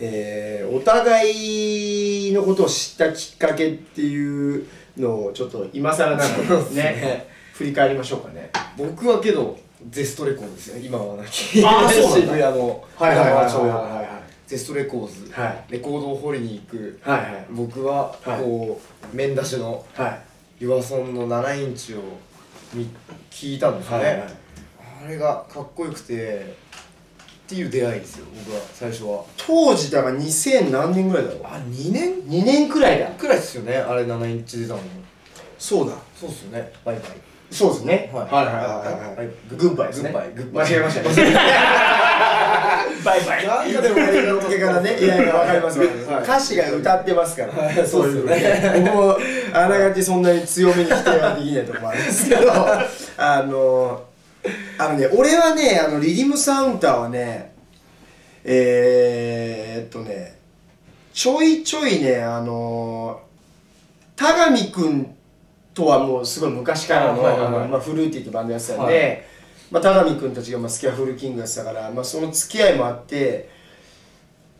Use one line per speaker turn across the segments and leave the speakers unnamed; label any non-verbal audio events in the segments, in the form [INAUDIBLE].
えーお互いのことを知ったきっかけっていうのをちょっと今更なのでね振り返りましょうかね
僕はけどゼストレコードですね今はな [LAUGHS] き
あーそうなんだ
渋谷の
はいはいはいはい
小
はいはい
ゼストレコーズ、
はい
レコードを掘りに行く、
はいはい
僕は
はい
こう、面出しの
はい
ユアソンの7インチを見聞いたんですよね、
はいはい
あれがかっこよくてっていう出会いですよ僕は最初は
当時だから2000何年ぐらいだろう
あ2年
2年くらいだ
くらいですよねあれ7インチ出たの
そうだ
そうっすよねバイバイ
そうですね
はい
はいはいはいはいグッバイですね
グッバイグッバイ
間違えましたね [LAUGHS] バイバイ
なんかでも映画の時
からね、いやいや、わかります、
はい
歌詞が歌ってますから、
はいそうですよね
僕もあながちそんなに強めに否定はできないとこもあるんですけ [LAUGHS] ど、あの、あのね、俺はね、あのリリムサウンターはね、えー、っとね、ちょいちょいね、あの、田上くんとはもうすごい昔からの、
はいはいはい
まあ、フルーティーってバンドやってたんで、
はい
まあ、田上くんたちがまあスキャフルキングやってたから、まあ、その付き合いもあって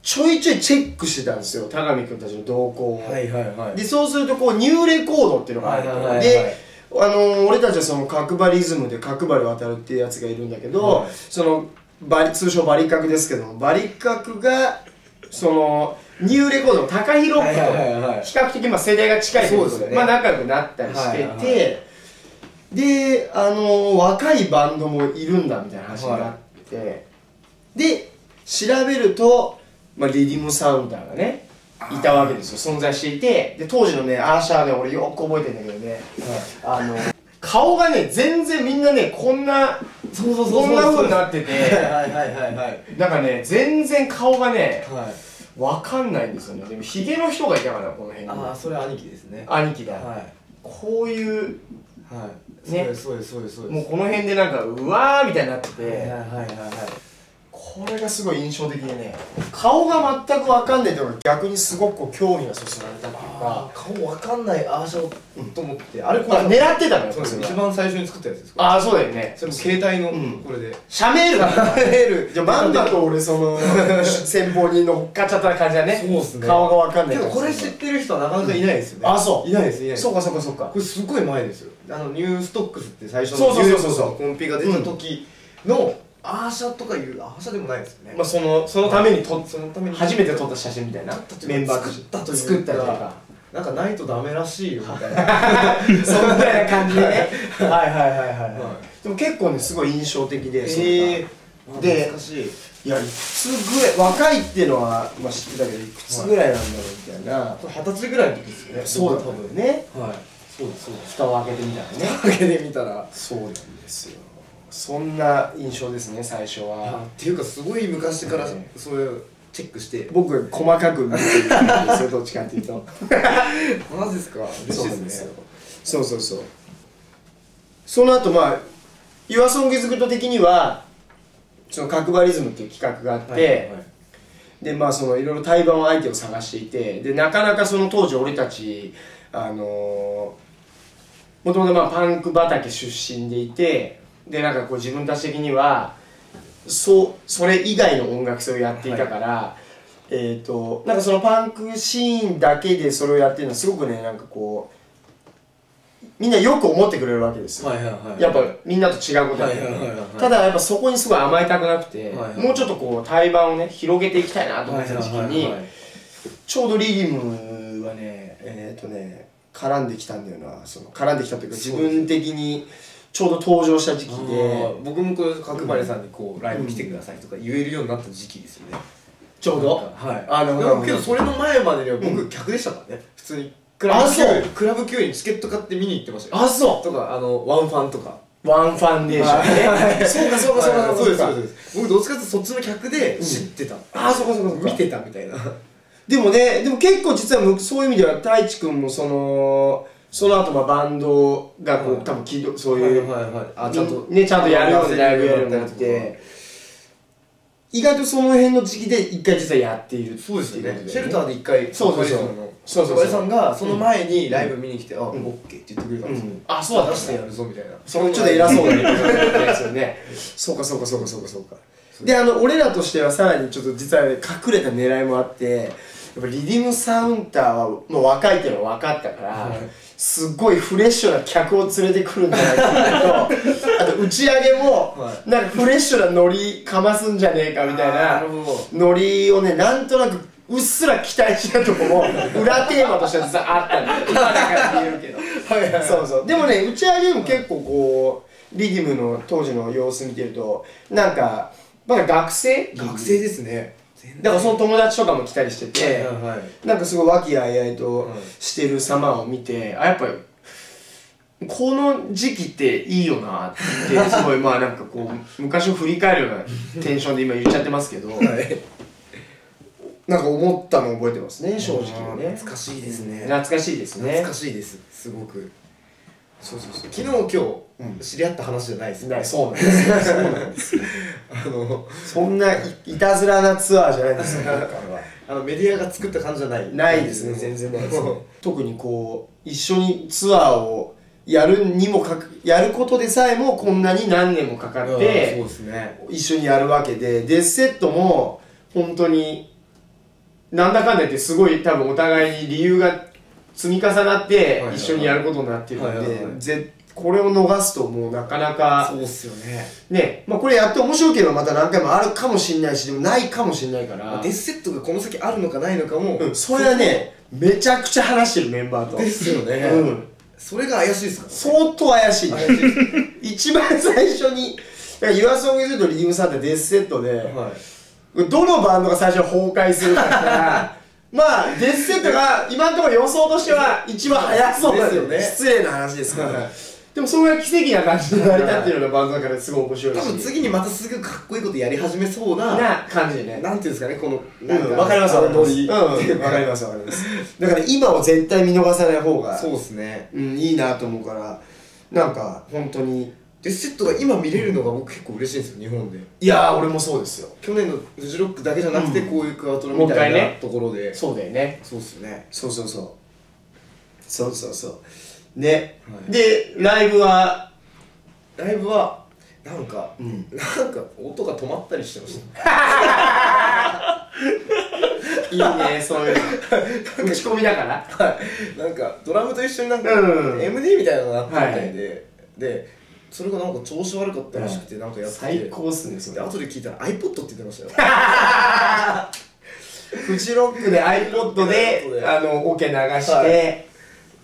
ちょいちょいチェックしてたんですよ田上くんたちの動向を、
はいはいはい
でそうするとこうニューレコードっていうのがあると、
はいはいはいはい
で、あのー俺たちはその角張リズムで角張る渡るっていうやつがいるんだけど、
はい
そのバリ通称バリ角ですけどもバリ角がそのニューレコードの高広ロックと
はいはいはいはい
比較的まあ世代が近いということ
そう
で
ですね
まあ仲良くなったりしてて、
はいはいは
であのー若いバンドもいるんだみたいな話になって、で調べると、まあ、リリムサウンダーがねいたわけですよ存在していてで当時のねアーシャーね俺よく覚えてんだけどねあの顔がね全然みんなねこんな
そうそう
こんな風になってて
はいはいはいはい
なんかね全然顔がね
はい
わかんないんですよねでもヒゲの人がいたからこの辺に
ああそれ兄貴ですね
兄貴が、
はい
こういう
はい
ね
そうですそうですそうですそうです
もうこの辺でなんかうわーみたいになってて、
はいはいはいはい
これがすごい印象的でね顔が全くわかんないっていうのが逆にすごくこう興味がそそられたっていう
あ
か
ー顔わかんないああしょと思ってあ
あ
れ
れ
こ
これ
れ
狙ってたのよ
そうです
これ
一
は
番最初に作ったやつですか
ああそうだよね
それも携帯
うん
のこれで
シャメールだった
ール
じゃあマンダと俺そ
[LAUGHS]
の先方に乗っかっちゃった感じだね
そうっすね
顔がわかんない
けどこれ知ってる人はなかなかいないですよね
あそう
いないですいないです
そうかそうかそうか
これすごい前ですよあのニューストックスって最初
そう
の
そう
ニ
そ
ュ
う
ー
そう
スのコンピが出た時のアーシャとかいうアーシャでもないですよね
まあそのそのために撮っ
そのために
初めて撮った写真みたいなメンバーと
作ったというか
作ったりとか
なんかないとダメらしいよみたいな
[LAUGHS] そんな感じでねはいはいはいはい、
は
でも結構ねすごい印象的でそれ
[LAUGHS] え
が
ー
で
懐かしい
いやいくつぐらい若いっていうのは、まあ、知ってたけどいくつぐらいなんだろうみたいな、
これ二十歳ぐらいの時ですよね
そうだ
多
多
分
分ね
はいそうですそうです
蓋を開けてみたらね
だけで見たら
そうなんですよそんな印象ですね最初は
っていうかすごい昔から
ね
そういうチェックして
僕細かく見ていくんですよどっちかっていうと
マジですか嬉しいですね
そうそうそうその後まあ「y o u r s o n g i s g o o 的にはその角張リズムっていう企画があって、でまあそのいろいろ対バン相手を探していてでなかなかその当時俺たちあのもともとまあパンク畑出身でいてでなんかこう自分たち的にはそうそれ以外の音楽性をやっていたから、えっ、となんかそのパンクシーンだけでそれをやってるのはすごくねなんかこうみんなよく思ってくれるわけですよ、
はいはいはいはい
やっぱみんなと違うことやって
はいはいはいはい
ただやっぱそこにすごい甘えたくなくて、
はいはい
もうちょっとこう対バンをね広げていきたいなと思ってた時期
はいはい
に
はいはい
ちょうどリリムはねえっ、とね絡んできたんだよなその絡んできたというか自分的にちょうど登場した時期
あ
で
ー僕もこう角張さんにこうライブ来てくださいとか言えるようになった時期ですよね
ちょうど
はい
あなるほど
でもけどそれの前までには
う
僕客でしたからね普通にクラブ
あそう
クラブ級にチケット買って見に行ってましたよ
あそう
とかあのワンファンとか
ワンファンデーションねそうかそうかそう
は
か
いそ
そ
う
う
です
か
そうです僕どっちかっていうとそっちの客で知ってた
あそうかそうかそうか
見てたみたいな
でもねでも結構実はむそういう意味では太一君もそのその後まあバンドがこう、
はい
多分起動そういう、
はいはいはいあ
み
ちゃんと
ねちゃんとやるようにライブやるようになって意外とその辺の時期で一回実はやっている
そうですよねシェル
ー
ターで一回
そうそうそうそうそうそう
小林さんがその前にライブ見に来て「あオッケー」って言ってくれたんですよ、
うんあそうだった
出してやるぞみたいな
そのちょっと偉そうなねですよね [LAUGHS] そうかそうかそうかそうかそうかであの俺らとしてはさらにちょっと実は、ね、隠れた狙いもあってやっぱリディムサウンターはの若いっていうのは分かったから、すっごいフレッシュな客を連れてくるんじゃないかっていうのとあと打ち上げも、
は
なんかフレッシュなノリかますんじゃねえかみたい
あーな
な
るほ
ノリをねなんとなくうっすら期待してたとこも裏テーマとしては実はあったんだよ今だから言えるけど
はいはい
そうそうでもね打ち上げも結構こうリディムの当時の様子見てるとなんかまだ学生
学生ですね全
だからその友達とかも来たりしてて、
はいはい
なんかすごい和気あいあいと
うん
してる様を見て、あやっぱりこの時期っていいよなってすごいまあなんかこう昔を振り返るようなテンションで今言っちゃってますけど、なんか思ったの覚えてますね正直はね
懐かしいですね
懐かしいですね
懐かしいですすごくそうそうそう昨日今日知り合った話じゃないです
な
ね
そうなんですよそうなんですよ
[LAUGHS] あの
そんないいたずらなツアーじゃないですよ今回は
あのメディアが作った感じじゃない
ないですね全然ないですね特にこう一緒にツアーをやるにもかくやることでさえもこんなに何年もかかっ
うん
て
そうですね
一緒にやるわけでデスセットも本当になんだかんだ言ってすごい多分お互いに理由が積み重なって
はい
一緒にやることになってる
はい
の
はいはい
でぜこれを逃すともうなかなか
そうっすよね
ねまあこれやって面白ければまた何回もあるかもしれないしでもないかもしれないから
デスセットがこの先あるのかないのかも、
うんそれはねめちゃくちゃ話してるメンバーと
ですよね、
うん
それが怪しいですか
相当怪しい
怪しいです
一番最初に「y o u r s o n g i s とリディムサーってデスセットで、
はい
どのバンドが最初崩壊するか [LAUGHS] からまあデスセットが今のところ予想としては一番早そうなんですよね
ですよね
失礼な話ですから、
はい
でもそれが奇跡な感じで成り立ってるようなバンドだからすごい面白いし
多分次にまたすぐかっこいいことやり始めそうな
な感じでね
なんていうんですかねこの
うん
なん
わかりますわかります
ノリ
うんわかりますわかりますだから今を絶対見逃さない方が
そうですね
うん、いいなと思うからなんか本当に
デスセットが今見れるのが僕結構嬉しいんですよ日本で
いやー俺もそうですよ
去年のフジロックだけじゃなくて
うん
こういうクアトロ
もう
み
一回
た
ね
いなところで
そうだよね
そうっすよね
そうそうそうそうそうそうね、
はい
でライブは
ライブはなんか
ん
なんか音が止まったりしてました
いい [LAUGHS] ねそういうの打ち込みだから
[LAUGHS] なんかドラムと一緒になんか
うん
MD みたいなのがあったみたいででそれがなんか調子悪かったらしくてなんかやってて
最高っすねそ
で
れ
後で聞いたら iPod って言ってましたよ
フジロックで iPod であのオケ流して、
は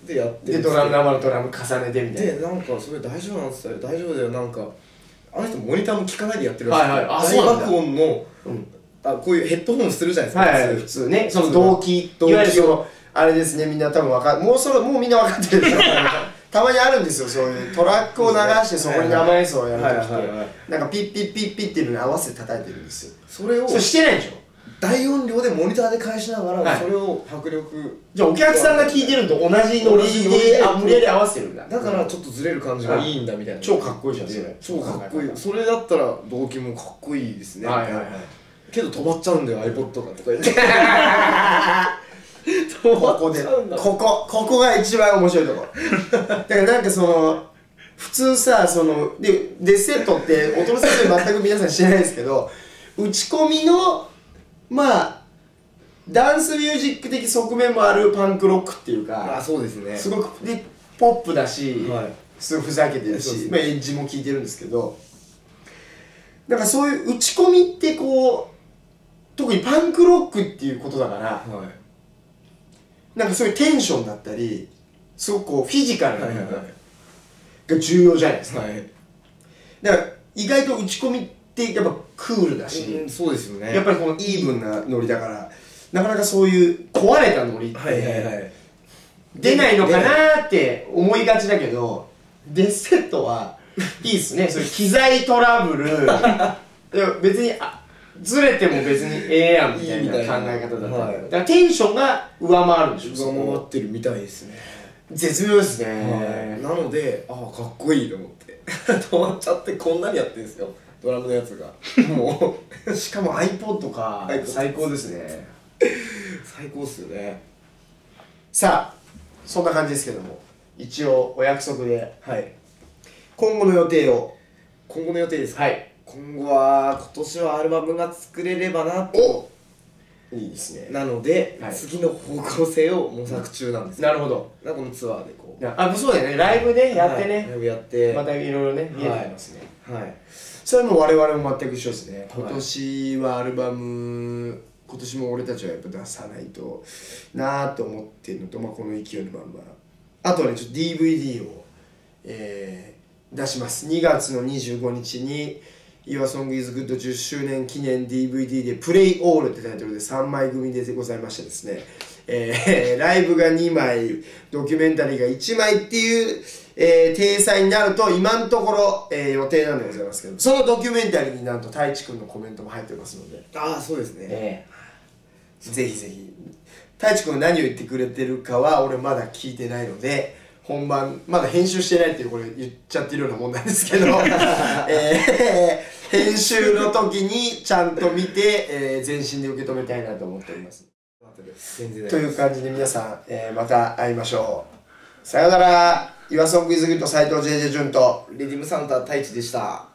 でやって
でドラム生のドラム重ねてみたいな
でなんかそれ大丈夫なんですよ大丈夫だよなんかあの人モニターも聞かないでやってる
はいはいあ
大
そうなんだ
爆音の、
うん
あこういうヘッドホンするじゃないですか、
はい、はい、
普
普
通
通ねその
動
動
機
機
動機を
いわゆるそのあれですねみんな多分わかもうそろもうみんな分かってるでしょたまにあるんですよそういうトラックを流してそこに生演奏をやるときっ
はいはいはい
てなんかピッピッピッピッっていうのに合わせて叩いてるんですよ
それを
それしてないでしょ
大音量でモニターで返しながら、
はい
それを迫力
じゃあお客さんが聞いてるのと同じノリであ無理やり合わせてるんだ
だからちょっとずれる感じがいいんだみたいな、
超かっこいいじゃんそれ
超かっこいいそれだったら動機もかっこいいですね、
はいはいはい
けど止まっちゃうんだよ iPod がとか言って止
ここ
まっ
で
ちゃうんだ
ここここが一番面白いとこだからなんかその普通さそのでデスセットって音の説明全く皆さん知らないですけど打ち込みのまあダンスミュージック的側面もあるパンクロックっていう
[LAUGHS] あ
か
そうですね
すごくでポップだし、
はい
すごいふざけてる
そうです
し、
ね
まあ、エッジも効いてるんですけどなんかそういう打ち込みってこう特にパンクロックっていうことだから
はい
なんかそういうテンションだったりすごくこうフィジカルな
はいはい
も
は
のが重要じゃないですか、
いはい
だから意外と打ち込みってやっぱクールだし、
うんそうですよね
やっぱりこのイーブンなノリだからなかなかそういう壊れたノリって、
はいはいはい
出ないのかなーって思いがちだけどデスセットはいいっすねそれ機材トラ
[LAUGHS]
ブルいや別にあずれても別にええやんみたいな考え方だった
はい
だからテンションが上回るんでしょそ
上回
こ
ってるみたいですね、
絶妙ですね、
[LAUGHS] なのでああかっこいいと思って止まっちゃってこんなにやってんすよ
ドラムのや
[LAUGHS]
つがもうしかも iPod か
iPod
最高ですね
最高っすよね
さあそんな感じですけども一応お約束で
はい
今後の予定を
今後の予定ですか
はい
今後は今年はアルバムが作れればなと
いいですね
なので、
はい
次の方向性を模索中なんですよ
なるほど
なこのツアーでこう
なあそうだよねライブでやって
はい
ね、
ライブやって
またいろいろね
い
見えてきますね、
はい
それはもう我々も全く一緒ですね
はい
今年はアルバム今年も俺たちはやっぱ出さないとなーと思ってるのと、まあ、この勢いのまんまあとはねちょっと DVD を、えー出します2月の25日に「YourSongIsGood10 周年記念 DVD で「プレイオールってタイトルで3枚組でございましてですね、えーライブが2枚ドキュメンタリーが1枚っていう、えー、体裁になると今のところ、えー予定なんでございますけどそのドキュメンタリーになんと太一くんのコメントも入ってますので、
ああそうですね、
ぜひぜひ太一くんが何を言ってくれてるかは俺まだ聞いてないので本番まだ編集してないっていうこれ言っちゃってるようなもんなんですけど、えー編集の時にちゃんと見て、えー全身で受け止めたいなと思っております
全然
という感じで皆さん、えーまた会いましょうさよなら岩ソングイズグッド斉藤 JJ 潤と
レディムサンタ太一でした